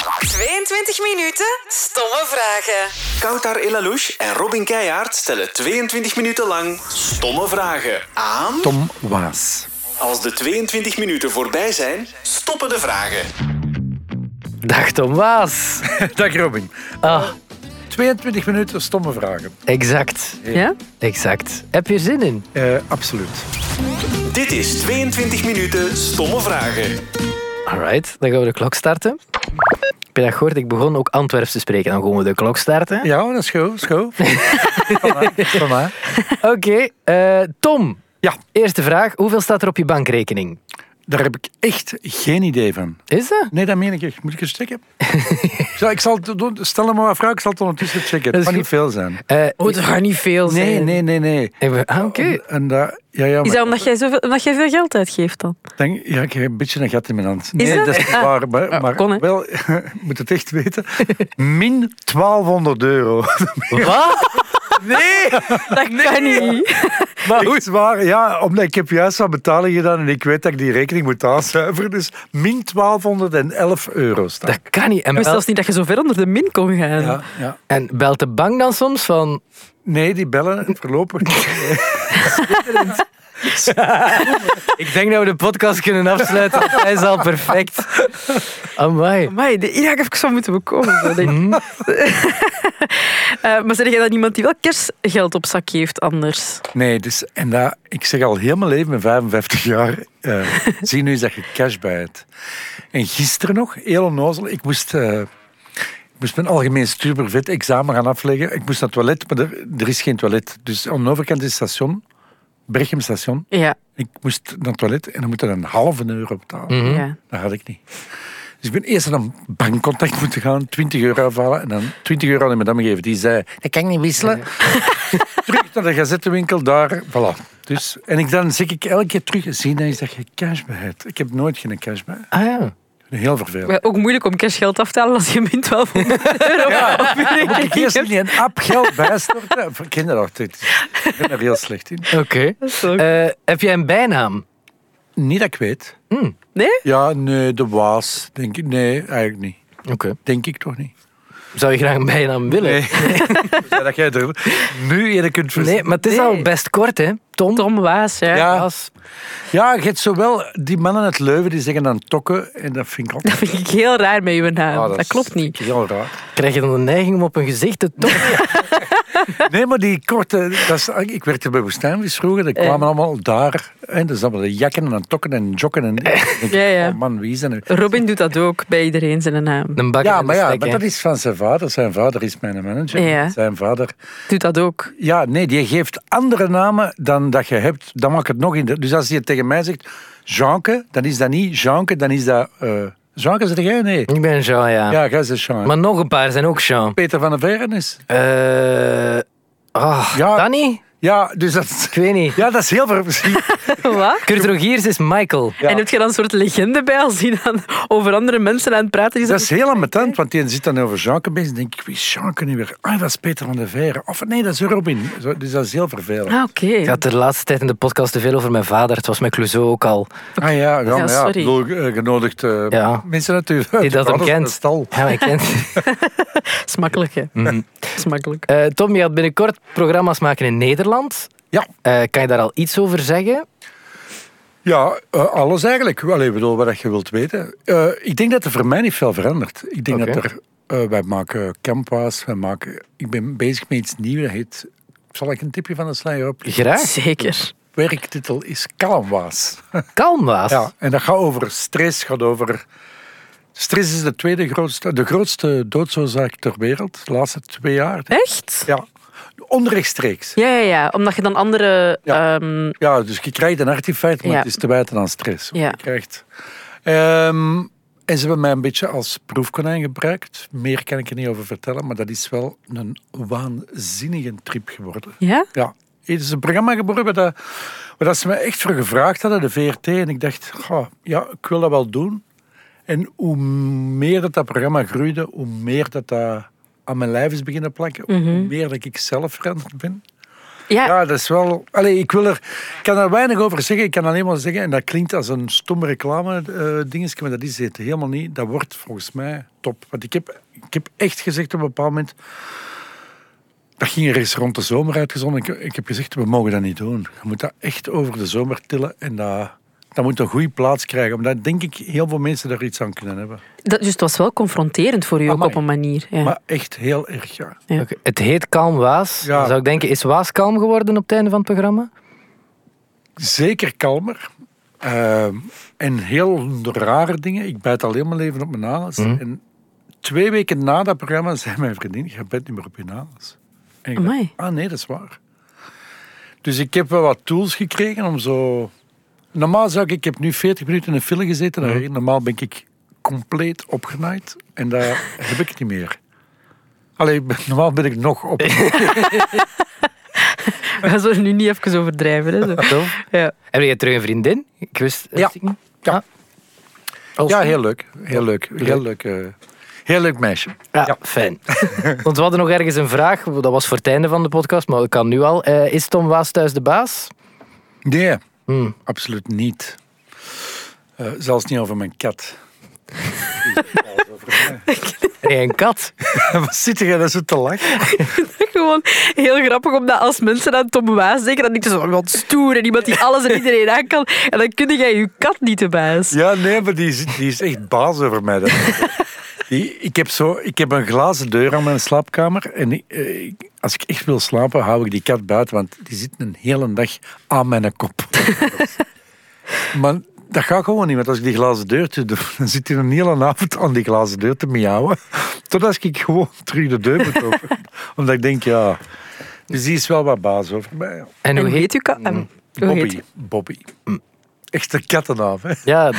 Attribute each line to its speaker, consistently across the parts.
Speaker 1: In 20 minuten stomme vragen.
Speaker 2: Koutar Elalouche en Robin Keijaard stellen 22 minuten lang stomme vragen aan.
Speaker 3: Tom Waas.
Speaker 2: Als de 22 minuten voorbij zijn, stoppen de vragen.
Speaker 4: Dag Tom Waas.
Speaker 3: Dag Robin.
Speaker 4: Ah,
Speaker 3: 22 minuten stomme vragen.
Speaker 4: exact.
Speaker 1: Ja?
Speaker 4: Exact. Heb je er zin in?
Speaker 3: Eh, absoluut.
Speaker 2: Dit is 22 minuten stomme vragen.
Speaker 4: Alright, dan gaan we de klok starten. Heb je dat gehoord? Ik begon ook Antwerps te spreken. Dan gaan we de klok starten.
Speaker 3: Ja, dat is goed. Schoon. Van mij.
Speaker 4: Oké, eh, Tom.
Speaker 3: Ja.
Speaker 4: Eerste vraag. Hoeveel staat er op je bankrekening?
Speaker 3: Daar heb ik echt geen idee van.
Speaker 4: Is dat?
Speaker 3: Nee, dat meen ik echt. Moet ik eens checken? Zo, ik zal het doen. Stel hem maar een vraag. Ik zal het ondertussen checken.
Speaker 4: Dat
Speaker 3: Het
Speaker 4: is
Speaker 3: kan niet
Speaker 4: goed.
Speaker 3: veel zijn.
Speaker 4: Eh,
Speaker 1: Oh, veel
Speaker 3: Nee, nee, nee, nee.
Speaker 4: eh, we- ah, Oké.
Speaker 3: En, en dat- ja, ja,
Speaker 5: Is
Speaker 3: maar
Speaker 5: dat omdat jij, zoveel, omdat jij veel geld uitgeeft dan?
Speaker 3: ik denk, ja, ik heb een beetje een gat in mijn hand. Nee,
Speaker 5: dat?
Speaker 3: dat is niet
Speaker 5: Ah.
Speaker 3: waar. Maar, maar
Speaker 5: kon, hè?
Speaker 3: wel, ik moet het echt weten. Min 1200 euro.
Speaker 4: Wat?
Speaker 3: Nee!
Speaker 5: Dat kan niet.
Speaker 3: Maar hoe is waar? Ja, omdat ik heb juist wat betaling gedaan en ik weet dat ik die rekening moet aanzuiveren. Dus min 1211 euro staat.
Speaker 4: Dat kan niet. En,
Speaker 5: Ik wist
Speaker 4: bel-
Speaker 5: zelfs niet dat je zo ver onder de min kon gaan.
Speaker 3: Ja, ja.
Speaker 4: en belt de bank dan soms van...
Speaker 3: Nee, die bellen voorlopig. niet.
Speaker 4: Ik denk dat we de podcast kunnen afsluiten. want Hij is al perfect. Amai.
Speaker 5: Amai, de- hier had ik even van moeten bekomen. zo denk ik. Eh, maar zeg jij dan iemand die wel kerstgeld op zak heeft anders?
Speaker 3: Nee, dus, en dat, ik zeg al heel mijn leven, mijn 55 jaar, eh, zie nu eens dat je cash bij hebt. En gisteren nog, heel onnozel, ik moest, eh, ik moest mijn algemeen stuurbevet examen gaan afleggen. Ik moest naar het toilet, maar er, er is geen toilet. Dus aan de overkant is het station, Berchem station.
Speaker 5: Ja.
Speaker 3: Ik moest naar het toilet en dan moet er een halve euro betalen.
Speaker 5: ja.
Speaker 3: Dat had ik niet. Dus ik ben eerst naar een bankcontact moeten gaan, 20 euro afhalen en dan 20 euro aan de madame geven. Die zei, dat kan ik niet wisselen. terug naar de gazettenwinkel, daar, voilà. Dus, en ik dan zeg ik elke keer terug, zie dan is dat je cash bij hebt. Ik heb nooit geen cash bij.
Speaker 4: Ah
Speaker 3: Ik
Speaker 4: ja.
Speaker 3: vind het Heel vervelend.
Speaker 5: Maar ook moeilijk om cashgeld af te halen als je min 1200 euro op je
Speaker 3: Moet ik
Speaker 5: rekening
Speaker 3: eerst
Speaker 5: hebt.
Speaker 3: niet een app geld bijstorten? Voor Kinderachtig. Ik ben er heel slecht in.
Speaker 4: Oké.
Speaker 5: is ook-
Speaker 4: Eh, heb jij een bijnaam?
Speaker 3: Niet dat ik weet.
Speaker 5: Nee?
Speaker 3: Ja, nee, de waas, denk ik. Nee, eigenlijk niet.
Speaker 4: Oké.
Speaker 3: Denk ik toch niet.
Speaker 4: Zou je graag een bijnaam willen?
Speaker 3: Nee. Ja, dat jij er nu eerder kunt verzinnen.
Speaker 4: Nee, maar het is
Speaker 5: Nee.
Speaker 4: al best kort, hè? Tom.
Speaker 5: Tom Waas, ja.
Speaker 3: Ja.
Speaker 4: Als-
Speaker 3: Ja, je hebt zowel die mannen uit Leuven die zeggen dan tokken. En dat vind ik ook...
Speaker 5: Dat vind ik heel raar met uw naam.
Speaker 3: Ah,
Speaker 5: Oh, dat,
Speaker 3: is-
Speaker 5: klopt niet.
Speaker 3: vind ik Heel raar.
Speaker 4: Krijg je dan de neiging om op een gezicht te toppen?
Speaker 3: Nee, maar die korte... Dat is, ah, ik werkte bij Woestijnvis vroeger. Dat
Speaker 5: Eh.
Speaker 3: kwamen allemaal daar. En dat is allemaal de jakken en tokken en jokken. En,
Speaker 5: Eh. Ja, ja.
Speaker 3: Oh man, wie is dat nu?
Speaker 5: Robin doet dat ook bij iedereen zijn naam.
Speaker 4: Een bakker
Speaker 3: Ja,
Speaker 4: en een
Speaker 3: maar, ja,
Speaker 4: stek,
Speaker 3: maar
Speaker 4: hè.
Speaker 3: dat is van zijn vader. Zijn vader is mijn manager.
Speaker 5: Ja.
Speaker 3: Zijn vader...
Speaker 5: Doet dat ook.
Speaker 3: Ja, nee, die geeft andere namen dan dat je hebt. Dan mag het nog in. de- Dus als je tegen mij zegt Jeanke, dan is dat niet Jeanke, dan is dat... eh Jeanke, zeg jij? Nee.
Speaker 4: Ik ben Jean, ja.
Speaker 3: Ja, jij zegt Jean.
Speaker 4: Maar nog een paar zijn ook Jean.
Speaker 3: Peter van der Veren is.
Speaker 4: Eh... Ah,
Speaker 3: Ja.
Speaker 4: dat niet?
Speaker 3: Ja, dus dat,
Speaker 4: Ik weet niet.
Speaker 3: ja, dat is heel ver.
Speaker 5: Wat?
Speaker 4: Kurt Rogiers is Michael.
Speaker 3: Ja.
Speaker 5: En heb je dan een soort legende bij als die dan over andere mensen aan het praten is?
Speaker 3: Dat is heel ambetant, want die zit dan over Jeanke bezig. Dan denk ik, wie is Jeanke nu weer? Ah, dat is Peter van der Veren. Of nee, dat is Robin. Zo, Dus dat is heel vervelend.
Speaker 5: Ah, oké.
Speaker 4: Ik had de laatste tijd in de podcast te veel over mijn vader. Het was met Clouseau ook al.
Speaker 3: Ah ja, ja, maar ja
Speaker 5: sorry.
Speaker 3: bedoel, eh, genodigd eh,
Speaker 4: Ja.
Speaker 3: mensen natuurlijk.
Speaker 4: Die dat
Speaker 3: Vaders
Speaker 4: hem
Speaker 3: van de
Speaker 4: kent.
Speaker 3: Stal.
Speaker 4: Ja, ik kent.
Speaker 5: Dat is makkelijk, hè.
Speaker 3: Mhm.
Speaker 5: Dat is makkelijk.
Speaker 4: Eh, Tom, je gaat binnenkort programma's maken in Nederland.
Speaker 3: Ja,
Speaker 4: Eh, kan je daar al iets over zeggen?
Speaker 3: ja eh, alles eigenlijk. Wel, ik bedoel, wat je wilt weten. Eh, ik denk dat er voor mij niet veel verandert. Ik denk
Speaker 4: Oké.
Speaker 3: dat er... eh, wij maken campa's, wij maken... Ik ben bezig met iets nieuws, dat heet... Zal ik een tipje van de sluier op?
Speaker 4: Graag.
Speaker 5: Zeker.
Speaker 3: werktitel is Kalmwaas.
Speaker 4: Kalm was.
Speaker 3: Ja, en dat gaat over stress, gaat over... Stress is de tweede grootste, de grootste doodsoorzaak ter wereld, de laatste twee jaar.
Speaker 5: Echt?
Speaker 3: Ja, onrechtstreeks.
Speaker 5: Ja, ja, ja. Omdat je dan andere...
Speaker 3: Ja.
Speaker 5: ehm,
Speaker 3: Ja, dus je krijgt een hartinfarct, maar
Speaker 5: Ja.
Speaker 3: het is te wijten aan stress.
Speaker 5: Ja.
Speaker 3: Je krijgt... Ehm, en ze hebben mij een beetje als proefkonijn gebruikt. Meer kan ik er niet over vertellen, maar dat is wel een waanzinnige trip geworden.
Speaker 5: ja?
Speaker 3: Ja, het is een programma geboren waar, dat, waar dat ze me echt voor gevraagd hadden, de VRT. En ik dacht, goh, ja, ik wil dat wel doen. En hoe meer dat, dat programma groeide, hoe meer dat, dat aan mijn lijf is beginnen plakken, hoe meer dat ik zelf veranderd ben.
Speaker 5: Ja.
Speaker 3: Ja, dat is wel... Allee, ik, wil er, ik kan er weinig over zeggen. Ik kan alleen maar zeggen, en dat klinkt als een stomme reclame eh dingetje, maar dat is het helemaal niet. Dat wordt volgens mij top. Want ik heb, ik heb echt gezegd op een bepaald moment... Dat ging er eens rond de zomer uitgezonden. Ik, ik heb gezegd, we mogen dat niet doen. Je moet dat echt over de zomer tillen en dat... Dat moet een goede plaats krijgen. Omdat denk ik heel veel mensen daar iets aan kunnen hebben.
Speaker 5: Dat, dus het was wel confronterend voor u ook
Speaker 3: Amai.
Speaker 5: op een manier. Ja.
Speaker 3: Maar echt heel erg, ja.
Speaker 5: Ja.
Speaker 4: Oké, Het heet Kalm Waas.
Speaker 3: Ja.
Speaker 4: Dan zou ik denken, is Waas kalm geworden op het einde van het programma?
Speaker 3: zeker kalmer. Ehm, en heel rare dingen. Ik bijt al heel mijn leven op mijn nagels. En twee weken na dat programma zei mijn vriendin, je bijt niet meer op je nagels. En ik dacht,
Speaker 5: Amai.
Speaker 3: ah nee, dat is waar. Dus ik heb wel wat tools gekregen om zo... Normaal zou ik... Ik heb nu 40 minuten in een file gezeten. daarin. Normaal ben ik compleet opgenaaid. En daar heb ik het niet meer. Allee, ik ben- normaal ben ik nog op.
Speaker 5: We zullen nu niet even overdrijven. Hè, zo.
Speaker 4: Zo.
Speaker 5: Ja.
Speaker 4: Heb je terug een vriendin? Ik wist
Speaker 3: Ja.
Speaker 4: wist ik niet. Oh,
Speaker 3: Ja.
Speaker 4: Ah. Als-
Speaker 3: Ja, heel leuk. Heel leuk. Heel leuk, eh, heel leuk meisje.
Speaker 4: Ja, fijn. Want we hadden nog ergens een vraag. Dat was voor het einde van de podcast, maar ik kan nu al. Eh, is Tom Waas thuis de baas?
Speaker 3: Nee,
Speaker 4: Hmm.
Speaker 3: absoluut niet. Eh, zelfs niet over mijn kat.
Speaker 4: Nee, een kat.
Speaker 3: Wat zit jij daar zo te lachen?
Speaker 5: Gewoon heel grappig, omdat als mensen aan Tom Waas denken, dan denken ze van wat stoer en iemand die alles en iedereen aan kan. En dan kun jij je kat niet de baas.
Speaker 3: Ja, nee, maar die is, die is echt baas over mij. dat- Die, ik, heb zo, ik heb een glazen deur aan mijn slaapkamer. En ik- eh, ik- als ik echt wil slapen, hou ik die kat buiten. Want die zit een hele dag aan mijn kop. maar dat gaat gewoon niet. Want als ik die glazen deur te doe, dan zit hij een hele avond aan die glazen deur te miauwen. Totdat ik gewoon terug de deur moet openen. Omdat ik denk, ja... Dus die is wel wat baas over mij. ja. Mm.
Speaker 4: En hoe
Speaker 5: En
Speaker 4: heet
Speaker 5: heet uw kat? ehm, Hoe heet
Speaker 3: Bobby.
Speaker 5: die?
Speaker 3: Bobby. Echte kattennaam, hè?
Speaker 4: Ja,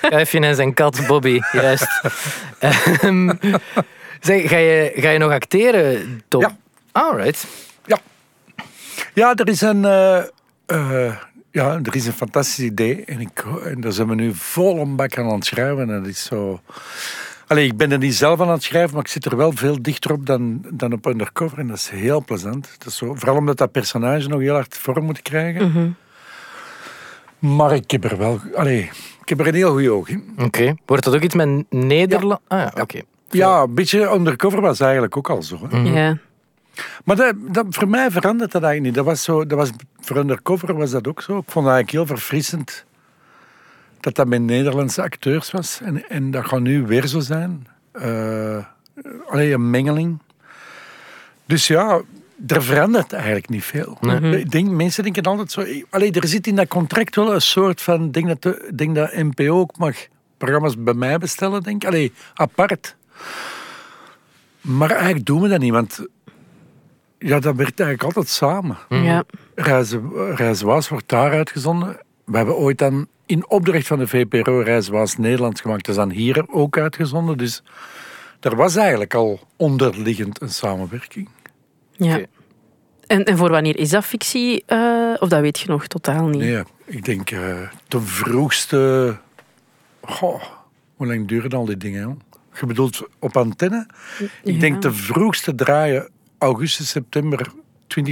Speaker 4: Kuifje en zijn kat Bobby, juist. Ehm, zeg, ga je, ga je nog acteren, Tom?
Speaker 3: Ja.
Speaker 4: Alright.
Speaker 3: Ja, er is een, eh, eh, ja, er is een fantastisch idee. En, ik, ho- en daar zijn we nu vol een bak aan aan het schrijven. En dat is zo... Allee, ik ben er niet zelf aan aan het schrijven, maar ik zit er wel veel dichter op dan, dan op Undercover. En dat is heel plezant. Dat is zo, vooral omdat dat personage nog heel hard vorm moet krijgen. Maar ik heb er wel... Allee, ik heb er een heel goed oog in.
Speaker 4: Oké. Wordt dat ook iets met Nederland? Ah ja, oké.
Speaker 3: Ja, een beetje Undercover was eigenlijk ook al zo. hè.
Speaker 5: Ja.
Speaker 3: Maar dat, dat, voor mij verandert dat eigenlijk niet. Dat was zo, dat was, voor Undercover was dat ook zo. Ik vond dat eigenlijk heel verfrissend dat dat met Nederlandse acteurs was. En, en dat gaat nu weer zo zijn. Eh alleen een mengeling. Dus ja, er verandert eigenlijk niet veel. Ik denk, mensen denken altijd zo... Allee, er zit in dat contract wel een soort van... Ik denk dat, de, ik denk dat NPO ook mag programma's bij mij bestellen, denk ik. Allee, apart. Maar eigenlijk doen we dat niet, want... Ja, dat werkt eigenlijk altijd samen.
Speaker 5: ja.
Speaker 3: Reis, Reis Waas wordt daar uitgezonden. We hebben ooit dan in opdracht van de VPRO Reis Waas Nederland gemaakt. Dat is dan hier ook uitgezonden. Dus er was eigenlijk al onderliggend een samenwerking.
Speaker 5: ja.
Speaker 4: Oké.
Speaker 5: En, en voor wanneer is dat fictie? eh, of dat weet je nog totaal niet?
Speaker 3: Nee, ik denk eh de vroegste... Goh, hoe lang duren al die dingen? joh? Je bedoelt op antenne? Ik denk de vroegste draaien augustus, september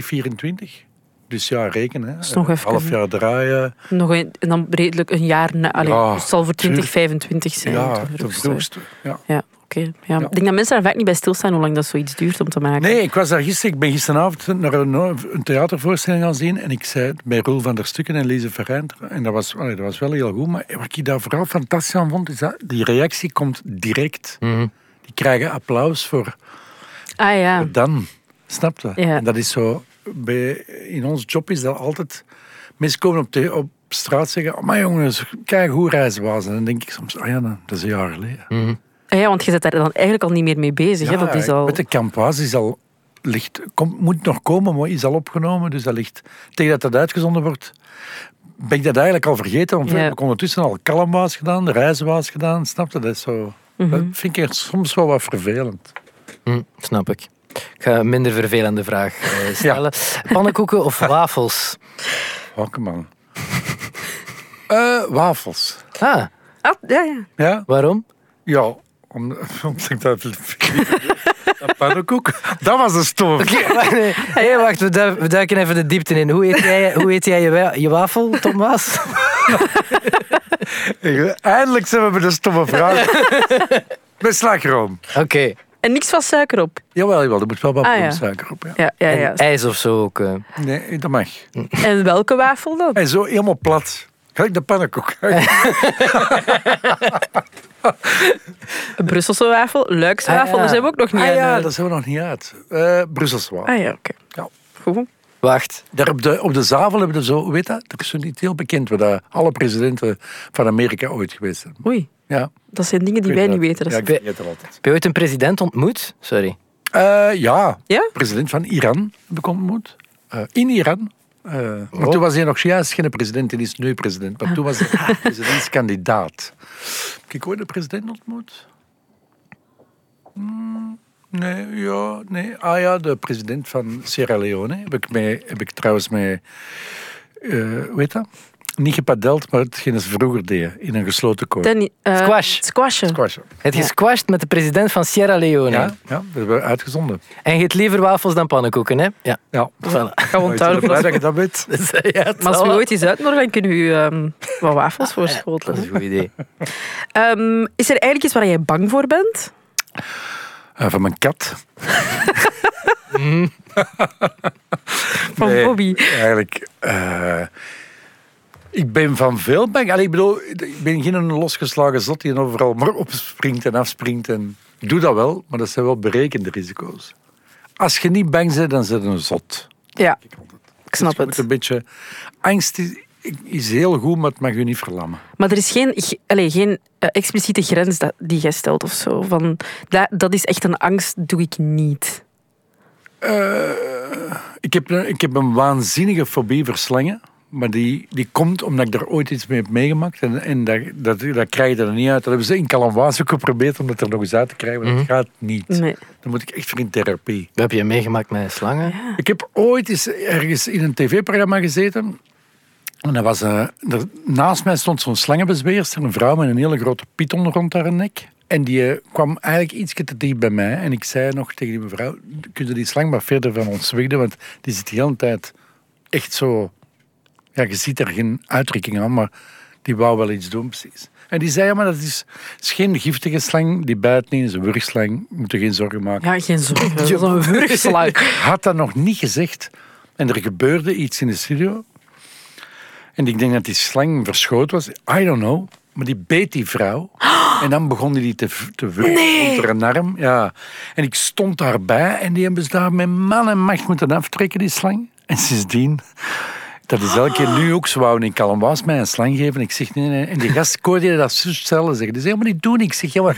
Speaker 3: 2024. Dus ja, rekenen. hè.
Speaker 5: is nog
Speaker 3: Een
Speaker 5: even,
Speaker 3: half
Speaker 5: hè.
Speaker 3: jaar draaien.
Speaker 5: Nog een, en dan redelijk een jaar na. Allee,
Speaker 3: Ja,
Speaker 5: dus het zal voor
Speaker 3: tuurlijk.
Speaker 5: 2025 zijn.
Speaker 3: Ja,
Speaker 5: te
Speaker 3: de
Speaker 5: vroegst.
Speaker 3: vroegste. Ja.
Speaker 5: Ja, oké. Ja.
Speaker 3: Ja.
Speaker 5: Ik denk dat mensen daar vaak niet bij stilstaan hoe lang dat zoiets duurt om te maken.
Speaker 3: Nee, ik was daar gisteren. Ik ben gisteravond naar een, eh, een theatervoorstelling gaan zien. En ik zei het bij Roel van der Stukken en Lise Verrijnt. En dat was, allee, dat was wel heel goed. Maar wat ik daar vooral fantastisch aan vond, is dat die reactie komt direct. Die krijgen applaus voor
Speaker 5: Ah ja.
Speaker 3: dan. Snap je?
Speaker 5: Ja.
Speaker 3: En dat is zo... Bij, in ons job is dat altijd... Mensen komen op, de, op straat zeggen... "Oh, Maar jongens, kijk hoe reizen was. En dan denk ik soms... Ah ja, dat is een jaar geleden.
Speaker 5: Ah ja, want je zit daar dan eigenlijk al niet meer mee bezig. hè? Dat is al...
Speaker 3: Met de Campoise is al ligt, komt- moet nog komen, maar is al opgenomen. Dus dat ligt tegen dat dat uitgezonden wordt. Ben ik dat eigenlijk al vergeten? Want
Speaker 5: Ja.
Speaker 3: We hebben ondertussen al Kalmwaas gedaan, de Rijzenwaas gedaan. Snap je? Dat, is zo,
Speaker 5: Mhm.
Speaker 3: dat vind ik echt soms wel wat vervelend.
Speaker 4: Hm, snap ik. Ik ga een minder vervelende vraag eh, stellen. Pannenkoeken of wafels?
Speaker 3: Hakkeman. Eh wafels.
Speaker 4: Ah,
Speaker 5: Ah, ja, ja.
Speaker 3: Ja?
Speaker 4: waarom?
Speaker 3: Ja. Om, omdat ik dat dat pannenkoek, dat was een stof.
Speaker 4: Nee, hey, wacht, we, duik- we duiken even de diepte in. Hoe eet jij, hoe eet jij je, wa- je wafel, Thomas?
Speaker 3: Eindelijk zijn we bij de stomme vraag. Met slagroom.
Speaker 4: Oké.
Speaker 5: En niks van suiker op.
Speaker 3: Jawel, jawel, er moet wel wat
Speaker 5: Ah, ja.
Speaker 3: bloemsuiker op. Ja.
Speaker 5: Ja, ja,
Speaker 4: En
Speaker 5: ja.
Speaker 4: ijs of zo ook. eh.
Speaker 3: Nee, dat mag.
Speaker 5: En welke wafel dan?
Speaker 3: En zo helemaal plat. Kijk, de pannenkoek.
Speaker 5: Een Brusselse wafel, Luikse wafel,
Speaker 4: Ah, ja.
Speaker 5: daar zijn we ook nog niet
Speaker 3: Ah
Speaker 5: aan.
Speaker 3: ja,
Speaker 5: eh.
Speaker 3: dat zijn we nog niet uit. Eh Brusselse wafel.
Speaker 5: Ah ja, oké.
Speaker 3: Ja.
Speaker 5: Goed.
Speaker 4: Wacht.
Speaker 3: Daar op de, op de zavel hebben we zo, weet dat, dat is zo niet heel bekend, waar dat alle presidenten van Amerika ooit geweest zijn.
Speaker 5: Oei,
Speaker 3: Ja,
Speaker 5: dat zijn dingen die
Speaker 3: ik
Speaker 5: wij
Speaker 3: weet
Speaker 5: niet
Speaker 3: dat.
Speaker 5: weten. Dat
Speaker 3: Ja,
Speaker 5: is-
Speaker 3: ik vergeet dat altijd.
Speaker 4: Heb je ooit een president ontmoet? Sorry.
Speaker 3: Eh, ja.
Speaker 5: Ja?
Speaker 3: president van Iran heb ik ontmoet. Eh, in Iran. Eh, Maar toen was hij nog juist geen president, hij is nu president. Maar toen was hij presidentskandidaat. Heb ik ooit een president ontmoet? Hmm, nee, ja, nee. Ah ja, de president van Sierra Leone heb ik, mee, heb ik trouwens mee... eh, weet hoe heet dat? Niet gepadeld, maar hetgeen ze vroeger deden. In een gesloten kooi.
Speaker 5: Danny, eh,
Speaker 4: Squash.
Speaker 5: Squashen.
Speaker 3: Squashen.
Speaker 4: Het gesquashed met de president van Sierra Leone.
Speaker 3: Ja, ja, dat hebben we uitgezonden.
Speaker 4: En je eet liever wafels dan pannenkoeken, hè? Ja.
Speaker 3: Ja.
Speaker 4: Voilà.
Speaker 5: Gewoon
Speaker 3: Ik ben eh, blij
Speaker 5: tuinvlas.
Speaker 3: dat je dat weet.
Speaker 4: Dus, eh, ja, het
Speaker 5: Maar als
Speaker 4: zal
Speaker 5: we
Speaker 4: wel.
Speaker 5: ooit eens uitnodigen, dan kunnen we u ehm, wat wafels
Speaker 4: Dat
Speaker 5: voorschotelen.
Speaker 4: is een goed idee.
Speaker 5: Ehm, is er eigenlijk iets waar jij bang voor bent?
Speaker 3: Eh, van mijn kat.
Speaker 5: Van
Speaker 3: Nee,
Speaker 5: Bobby?
Speaker 3: Eh, Eigenlijk, eh, ik ben van veel bang. Allee, ik bedoel, ik ben geen losgeslagen zot die overal maar opspringt en afspringt. En... Ik doe dat wel, maar dat zijn wel berekende risico's. Als je niet bang bent, dan zit je een zot.
Speaker 5: Ja, ik snap
Speaker 3: Dus je moet
Speaker 5: het.
Speaker 3: een beetje... Angst is, is heel goed, maar het mag je niet verlammen.
Speaker 5: Maar er is geen, ge- allee, geen eh, expliciete grens dat, die jij stelt of zo. Van, dat, dat is echt een angst, doe ik niet.
Speaker 3: Ik heb, een- ik heb een waanzinnige fobie voor slangen. Maar die, die komt omdat ik daar ooit iets mee heb meegemaakt. En, en dat, dat, dat krijg je er niet uit. Dat hebben ze in Calamwaas ook geprobeerd om dat er nog eens uit te krijgen. Maar dat gaat niet.
Speaker 5: Nee.
Speaker 3: Dan moet ik echt voor in therapie.
Speaker 4: Wat heb je meegemaakt met slangen?
Speaker 3: Ik heb ooit eens ergens in een tv-programma gezeten. En dat was, eh, er- naast mij stond zo'n slangenbezweerster, een vrouw met een hele grote python rond haar nek. En die eh, kwam eigenlijk iets te dicht bij mij. En ik zei nog tegen die mevrouw, kun je die slang maar verder van ons wegdoen? Want die zit de hele tijd echt zo... Ja, je ziet er geen uitdrukking aan, maar die wou wel iets doen, precies. En die zei, ja, maar dat is, is geen giftige slang, die bijt niet, is een wurgslang, moet je geen zorgen maken
Speaker 5: Ja, geen zorgen. Dat is een wurgslang.
Speaker 3: had dat nog niet gezegd. En er gebeurde iets in de studio. En ik denk dat die slang verschoot was. I don't know. Maar die beet die vrouw. En dan begon die te, te wurgen onder een arm. Ja. En ik stond daarbij. En die hebben ze daar met man en macht moeten aftrekken, die slang. En sindsdien... Dat is elke keer nu ook zo. Wou in kalm was mij een slang geven. Ik zeg nee, nee. En die gast koorde dat zo zelf zeggen. Die zegt, maar niet doen. Ik zeg, ja, maar...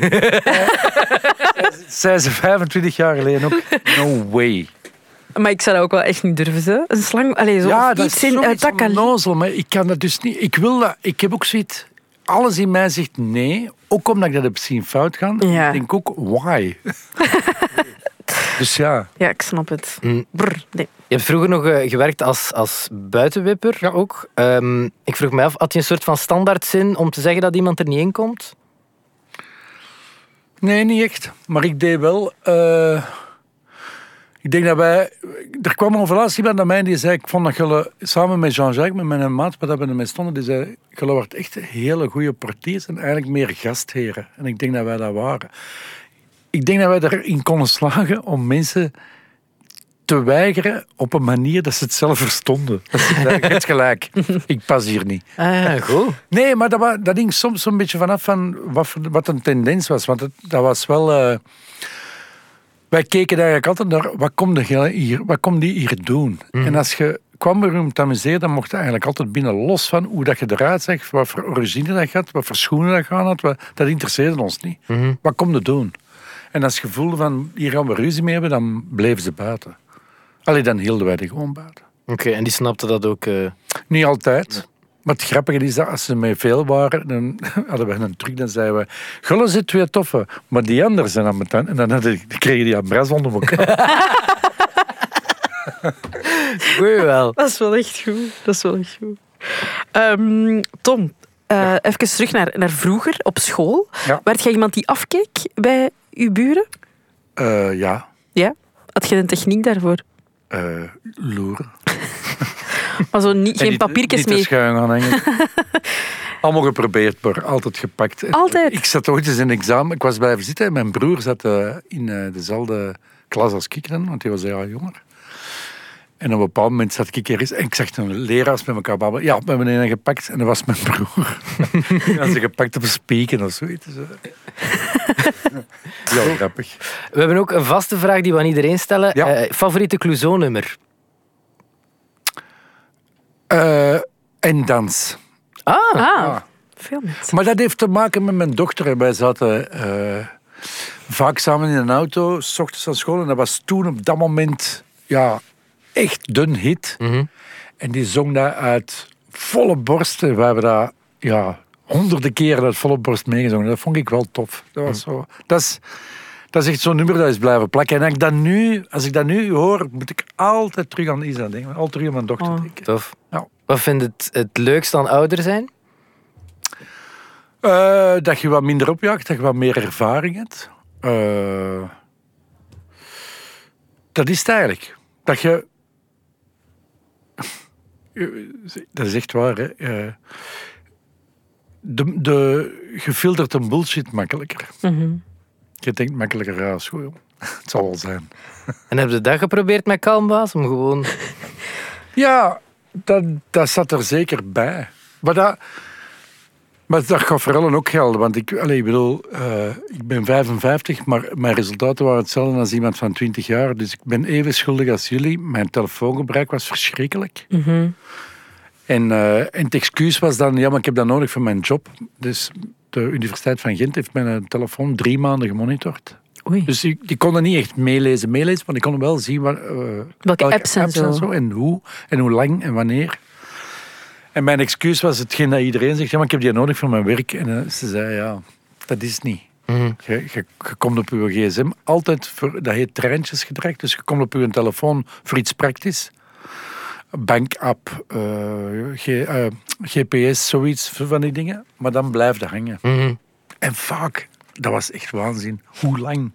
Speaker 3: Zij ze 25 jaar geleden ook. No way.
Speaker 5: Maar ik zou dat ook wel echt niet durven, hè. Een slang, allee, zo, of iets in uit
Speaker 3: zoiets
Speaker 5: dat kaliber.
Speaker 3: onnozel, maar ik kan dat dus niet. Ik wil dat. Ik heb ook zoiets. Alles in mij zegt nee, ook omdat ik dat heb zien fout gaan.
Speaker 5: Ja.
Speaker 3: Ik denk ook, why? dus ja,
Speaker 5: Ja, ik snap het.
Speaker 3: Mm.
Speaker 5: Brr, nee.
Speaker 4: Je hebt vroeger nog eh, gewerkt als, als buitenwipper ook. Ehm, ik vroeg me af, had je een soort van standaardzin om te zeggen dat iemand er niet in komt?
Speaker 3: nee, niet echt. Maar ik deed wel. eh, ik denk dat wij. Er kwam overlaatst iemand naar mij en die zei: Ik vond dat jullie samen met Jean-Jacques, met mijn maat, wat we ermee stonden, die zei: Jullie wordt echt hele goede portiers en eigenlijk meer gastheren. En ik denk dat wij dat waren. Ik denk dat wij erin konden slagen om mensen te weigeren op een manier dat ze het zelf verstonden. Dat ze zeiden, "Je hebt gelijk, ik pas hier niet.
Speaker 4: Ah, ja, goed.
Speaker 3: Nee, maar dat, wa- dat hing soms zo'n beetje vanaf van wat, voor- wat een tendens was. Want het- dat was wel... eh, wij keken eigenlijk altijd naar wat komt die hier, wat komt die hier doen? En als je kwam er om te amuseren, dan mocht je eigenlijk altijd binnen los van hoe dat je eruit zag, wat voor origine dat je had, wat voor schoenen dat je aan had. wat- dat interesseerde ons niet. Wat komt er doen? En als je voelde van hier gaan we ruzie mee hebben, dan bleven ze buiten. Alleen dan hielden wij die gewoon buiten.
Speaker 4: Oké, en die snapte dat ook. eh.
Speaker 3: Niet altijd. Maar het grappige is dat als ze met veel waren, dan hadden we een truc. Dan zeiden we, gullen ze twee toffe, maar die anderen zijn aan mijn tand. En dan hadden, dan kregen die ambras onder elkaar.
Speaker 4: Goed wel.
Speaker 5: Dat is wel echt goed. Dat is wel echt goed. Ehm, Tom, eh, even terug naar, naar vroeger op school.
Speaker 3: Ja.
Speaker 5: Werd jij iemand die afkeek bij uw buren?
Speaker 3: Eh, ja,
Speaker 5: Ja. Had je een techniek daarvoor?
Speaker 3: eh, loeren.
Speaker 5: Maar zo niet, geen papiertjes
Speaker 3: niet, niet
Speaker 5: meer.
Speaker 3: te schuin aan hangen. Allemaal geprobeerd, maar altijd gepakt. En
Speaker 5: Altijd?
Speaker 3: Ik zat ooit eens in een examen. Ik was blijven zitten en mijn broer zat eh, in eh, dezelfde klas als ik dan, want hij was een jaar jonger. En op een bepaald moment zat ik er eens en ik zag een leraars met elkaar babbelen. Ja, we hebben een gepakt en dat was mijn broer. en ze gepakt op spieken of zoiets. Dus, eh. ja, grappig.
Speaker 4: We hebben ook een vaste vraag die we aan iedereen stellen.
Speaker 3: Ja.
Speaker 4: Eh, favoriete Clouseau-nummer?
Speaker 3: Eh, en dans.
Speaker 4: Ah,
Speaker 5: Ah, veel mensen.
Speaker 3: Maar dat heeft te maken met mijn dochter. En Wij zaten eh, vaak samen in een auto, s ochtends aan school. En dat was toen op dat moment ja, echt dun hit. En die zong dat uit volle borst. En we hebben dat ja, honderden keren uit volle borst meegezongen. Dat vond ik wel tof. Dat, was zo, dat, is, dat is echt zo'n nummer dat is blijven plakken. En als ik dat nu, als ik dat nu hoor, moet ik altijd terug aan Isa denken. Altijd terug aan mijn dochter
Speaker 5: Oh.
Speaker 3: denken.
Speaker 4: tof.
Speaker 3: Ja.
Speaker 4: Wat vind je het, het leukst aan ouder zijn?
Speaker 3: Eh, dat je wat minder opjaagt, dat je wat meer ervaring hebt. Eh, dat is het eigenlijk. Dat je... Dat is echt waar, hè. Eh, de, de, je filtert een bullshit makkelijker. Je denkt makkelijker, ja, is goed, joh. Het zal wel zijn.
Speaker 4: En heb je dat geprobeerd met Kalmbaas? Om gewoon...
Speaker 3: Ja, dat, dat zat er zeker bij. Maar dat, maar dat gaat voor Ellen ook gelden. Want ik, allee, ik bedoel, eh, ik ben 55, maar mijn resultaten waren hetzelfde als iemand van 20 jaar. Dus ik ben even schuldig als jullie. Mijn telefoongebruik was verschrikkelijk. En, eh, en het excuus was dan, ja, maar ik heb dat nodig voor mijn job. Dus de Universiteit van Gent heeft mijn eh, telefoon drie maanden gemonitord.
Speaker 5: Oei.
Speaker 3: Dus ik, ik kon er niet echt meelezen, meelezen, maar ik kon wel zien wat, eh,
Speaker 5: apps en zo.
Speaker 3: en en hoe en hoe lang en wanneer. En mijn excuus was hetgeen dat iedereen zegt, ja, maar ik heb die nodig voor mijn werk. En eh, ze zei, ja, dat is het niet.
Speaker 5: Mhm.
Speaker 3: Je, je, je komt op je gsm altijd, voor, dat heet treintjesgedrag, dus je komt op je telefoon voor iets praktisch. Bankapp, eh, G- eh, GPS, zoiets van die dingen. Maar dan blijft dat hangen.
Speaker 5: Mhm.
Speaker 3: En vaak, dat was echt waanzin. Hoe lang?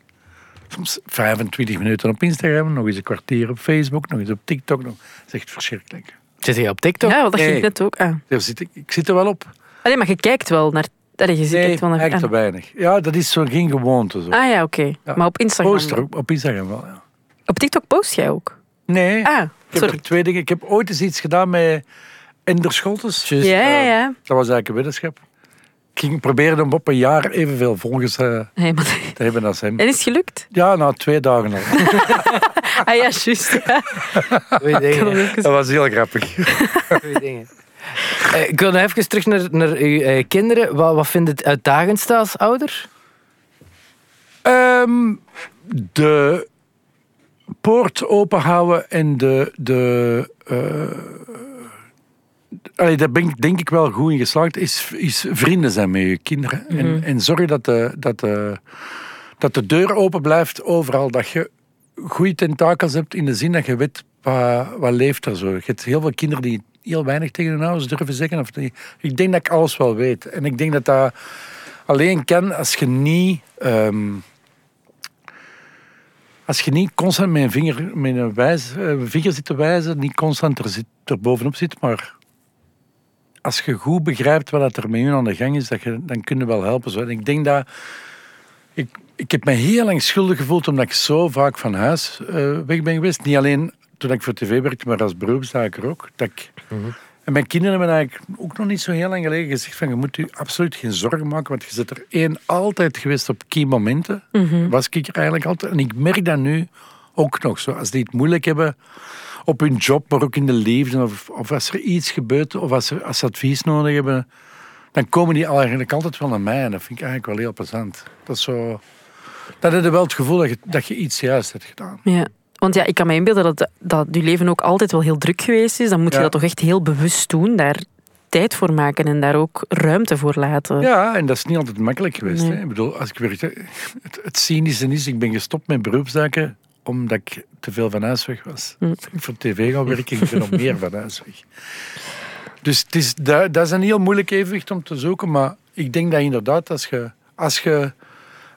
Speaker 3: Soms 25 minuten op Instagram, nog eens een kwartier op Facebook, nog eens op TikTok. Nog... Dat is echt verschrikkelijk.
Speaker 4: Zit je op TikTok?
Speaker 5: Ja, want dat ging
Speaker 3: Nee.
Speaker 5: net ook aan.
Speaker 3: Daar zit ik, ik zit er wel op.
Speaker 5: Allee, maar je kijkt wel naar... Allee, je kijkt wel naar...
Speaker 3: eigenlijk te weinig. Ja, dat is zo geen gewoonte. Zo.
Speaker 5: Ah ja, oké.
Speaker 3: Ja.
Speaker 5: Maar op Instagram...
Speaker 3: Poster op, op Instagram wel, ja.
Speaker 5: Op TikTok post jij ook?
Speaker 3: Nee,
Speaker 5: Ah,
Speaker 3: ik heb
Speaker 5: sorry.
Speaker 3: er twee dingen. Ik heb ooit eens iets gedaan met Ender Scholtes.
Speaker 4: Juist.
Speaker 5: Ja, ja,
Speaker 3: eh,
Speaker 5: ja.
Speaker 3: Dat was eigenlijk een weddenschap. Ik ging proberen om op een jaar evenveel volgers eh,
Speaker 5: Nee, maar...
Speaker 3: te hebben als hem.
Speaker 5: En is het gelukt?
Speaker 3: Ja, na twee dagen al.
Speaker 5: Ah ja, juist. Ja.
Speaker 4: Goeie dingen.
Speaker 3: Dat was heel grappig.
Speaker 4: Goeie dingen. Eh, ik wil nog even terug naar, naar uw eh, kinderen. Wat, wat vindt het uitdagendst als ouder?
Speaker 3: Ehm, de poort openhouden en de. de eh, allee, daar ben ik denk ik wel goed in geslaagd. Is, is vrienden zijn met je kinderen. En, en zorgen dat de, dat, de, dat de deur open blijft overal. Dat je goede tentakels hebt in de zin dat je weet wat, wat leeft er zo. Je hebt heel veel kinderen die heel weinig tegen hun ouders durven zeggen. Of die, ik denk dat ik alles wel weet. En ik denk dat dat alleen kan als je niet... ehm, als je niet constant met een, vinger, met een wijs, eh, vinger zit te wijzen, niet constant er, zit, er bovenop zit, maar als je goed begrijpt wat dat er met je aan de gang is, dat je, dan kun je wel helpen. Zo. En ik denk dat... Ik, ik heb me heel lang schuldig gevoeld omdat ik zo vaak van huis eh, weg ben geweest. Niet alleen toen ik voor tv werkte, maar als beroepsdaker ook. Dat ik, En mijn kinderen hebben eigenlijk ook nog niet zo heel lang geleden gezegd van je moet je absoluut geen zorgen maken, want je zit er één altijd geweest op key momenten. Was ik er eigenlijk altijd. En ik merk dat nu ook nog zo. Als die het moeilijk hebben op hun job, maar ook in de liefde, of, of als er iets gebeurt, of als, er, als ze advies nodig hebben, dan komen die eigenlijk altijd wel naar mij. En dat vind ik eigenlijk wel heel plezant. Dat is zo... Dan heb je wel het gevoel dat je, dat je iets juist hebt gedaan.
Speaker 5: ja. Want ja, ik kan me inbeelden dat, dat je leven ook altijd wel heel druk geweest is. Dan moet je
Speaker 3: Ja.
Speaker 5: dat toch echt heel bewust doen. Daar tijd voor maken en daar ook ruimte voor laten.
Speaker 3: Ja, en dat is niet altijd makkelijk geweest.
Speaker 5: Nee.
Speaker 3: Hè? Ik bedoel, als ik werkte, het, het cynische is, ik ben gestopt met beroepszaken omdat ik te veel van huis weg was. Als ik voor tv ga werken, ik ben nog meer van huis weg. Dus het is, dat, dat is een heel moeilijk evenwicht om te zoeken. Maar ik denk dat inderdaad, als je, als je,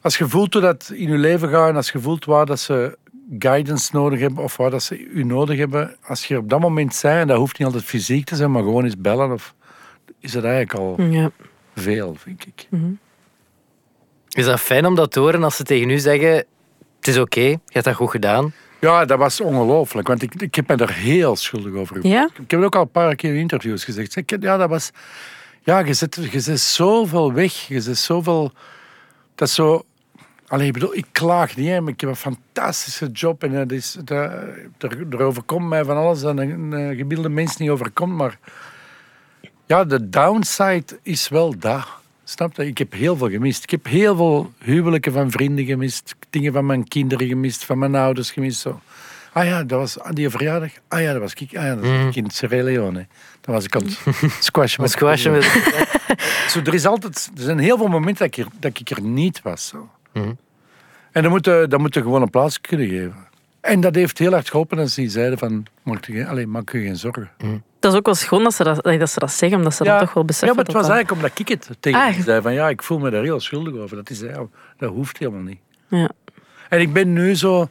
Speaker 3: als je voelt hoe dat in je leven gaat en als je voelt waar dat ze guidance nodig hebben of waar dat ze u nodig hebben, als je op dat moment zijn, en dat hoeft niet altijd fysiek te zijn, maar gewoon eens bellen, of, is dat eigenlijk al
Speaker 5: Ja.
Speaker 3: veel, vind ik.
Speaker 4: Is dat fijn om dat te horen als ze tegen u zeggen: Het is oké, je hebt dat goed gedaan?
Speaker 3: Ja, dat was ongelooflijk, want ik, ik heb me daar heel schuldig over gevoeld.
Speaker 5: Ja?
Speaker 3: Ik heb het ook al een paar keer in interviews gezegd. Zeg, Ja, dat was... Ja, je zit, je zit zoveel weg. Je zit zoveel... Dat is zo... Allee, ik bedoel, ik klaag niet, hè, maar ik heb een fantastische job en dat is, dat, er, er overkomt mij van alles dat een, een gemiddelde mens niet overkomt, maar ja, de downside is wel dat. Snap je? Ik heb heel veel gemist. Ik heb heel veel huwelijken van vrienden gemist, dingen van mijn kinderen gemist, van mijn ouders gemist. Zo. Ah ja, dat was ah, die verjaardag. Ah ja, dat was ik. Ah ja, dat was ik in Sierra Leone. hè. Dan was ik aan het squashen.
Speaker 4: Een
Speaker 3: met
Speaker 4: squashje
Speaker 3: kinderen.
Speaker 4: met.
Speaker 3: Zo, er, is altijd, er zijn heel veel momenten dat ik er, dat ik er niet was. Zo.
Speaker 5: Mhm.
Speaker 3: En dan moet, je, dan moet je gewoon een plaats kunnen geven. En dat heeft heel erg geholpen als die zeiden van... Maak je, geen- allee, maak je geen zorgen.
Speaker 5: Dat is ook wel schoon dat ze dat, dat, ze dat zeggen, omdat ze dat toch wel beseffen.
Speaker 3: ja, maar het
Speaker 5: dat
Speaker 3: was
Speaker 5: dat-
Speaker 3: eigenlijk omdat ik het tegen
Speaker 5: Ah.
Speaker 3: hen zei. Van, ja, ik voel me daar heel schuldig over. Dat, is, ja, dat hoeft helemaal niet.
Speaker 5: Ja.
Speaker 3: En ik ben nu zo...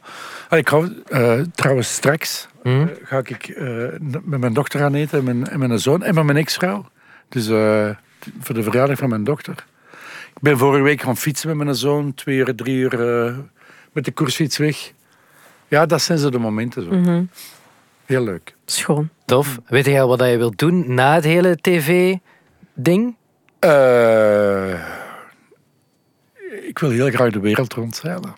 Speaker 3: Ah, Ik hou, eh, trouwens, straks eh, ga ik eh, met mijn dochter gaan eten en mijn, en mijn zoon en met mijn ex-vrouw. Dus eh, voor de verjaardag van mijn dochter. Ik ben vorige week gaan fietsen met mijn zoon. Twee uur, drie uur eh, met de koersfiets weg. Ja, dat zijn zo de momenten. Zo. Heel leuk.
Speaker 5: Schoon.
Speaker 4: Tof. Weet jij wat je wilt doen na het hele tv-ding?
Speaker 3: Eh, ik wil heel graag de wereld rondzeilen.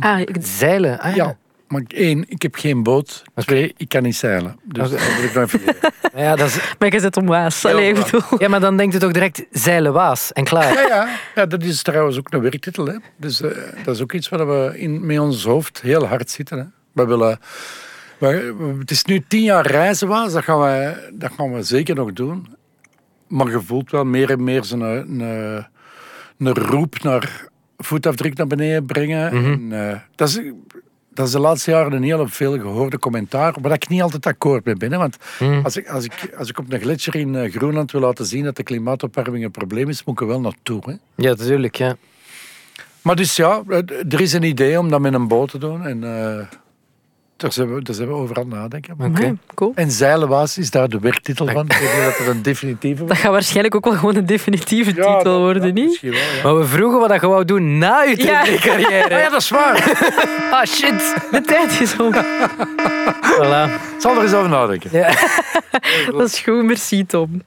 Speaker 5: Ah, ik-
Speaker 4: Zeilen. Ah,
Speaker 3: Ja. Maar één, ik heb geen boot. Twee, ik kan niet zeilen. Dus
Speaker 4: Oké.
Speaker 3: dat wil ik dan even leren.
Speaker 4: Maar Ja, dat is...
Speaker 5: maar je zit omwaas. Allee, ik
Speaker 3: waar.
Speaker 5: bedoel...
Speaker 4: ja, maar dan denkt het ook direct zeilen waas en klaar.
Speaker 3: ja, ja. ja, dat is trouwens ook een werktitel. Hè. Dus eh, dat is ook iets waar we in, met ons hoofd heel hard zitten. Hè. We willen... we- we- het is nu tien jaar reizen was, dat gaan we, dat gaan we zeker nog doen. Maar je voelt wel meer en meer zo'n een, een, roep naar voetafdruk naar beneden brengen.
Speaker 5: Mhm.
Speaker 3: en, eh, dat, is, dat is de laatste jaren een heel veel gehoorde commentaar, waar ik niet altijd akkoord mee ben. hè. Want
Speaker 5: Mhm.
Speaker 3: als, ik, als, ik, als ik op een gletsjer in eh, Groenland wil laten zien dat de klimaatopwarming een probleem is, moet ik er wel naartoe. Hè.
Speaker 4: Ja, natuurlijk. Ja.
Speaker 3: Maar dus ja, eh, er is een idee om dat met een boot te doen. En eh, daar, zijn we, daar zijn we overal nadenken. Mhm.
Speaker 4: Oké.
Speaker 5: Amai, Ah, cool.
Speaker 3: En Zeilenwaas is daar de werktitel van. Ik weet niet dat het een definitieve
Speaker 5: Dat
Speaker 3: wordt.
Speaker 5: gaat waarschijnlijk ook wel gewoon een definitieve
Speaker 3: Ja,
Speaker 5: titel
Speaker 3: dat-
Speaker 5: worden,
Speaker 3: ja,
Speaker 5: niet?
Speaker 3: Misschien wel, ja.
Speaker 4: Maar we vroegen wat dat je wou doen na je
Speaker 5: Ja.
Speaker 4: tv-carrière.
Speaker 3: Ah ja, dat is waar.
Speaker 4: Ah, shit.
Speaker 5: De tijd is om.
Speaker 4: Voilà.
Speaker 3: Ik zal er eens over nadenken.
Speaker 5: Dat is goed, merci Tom.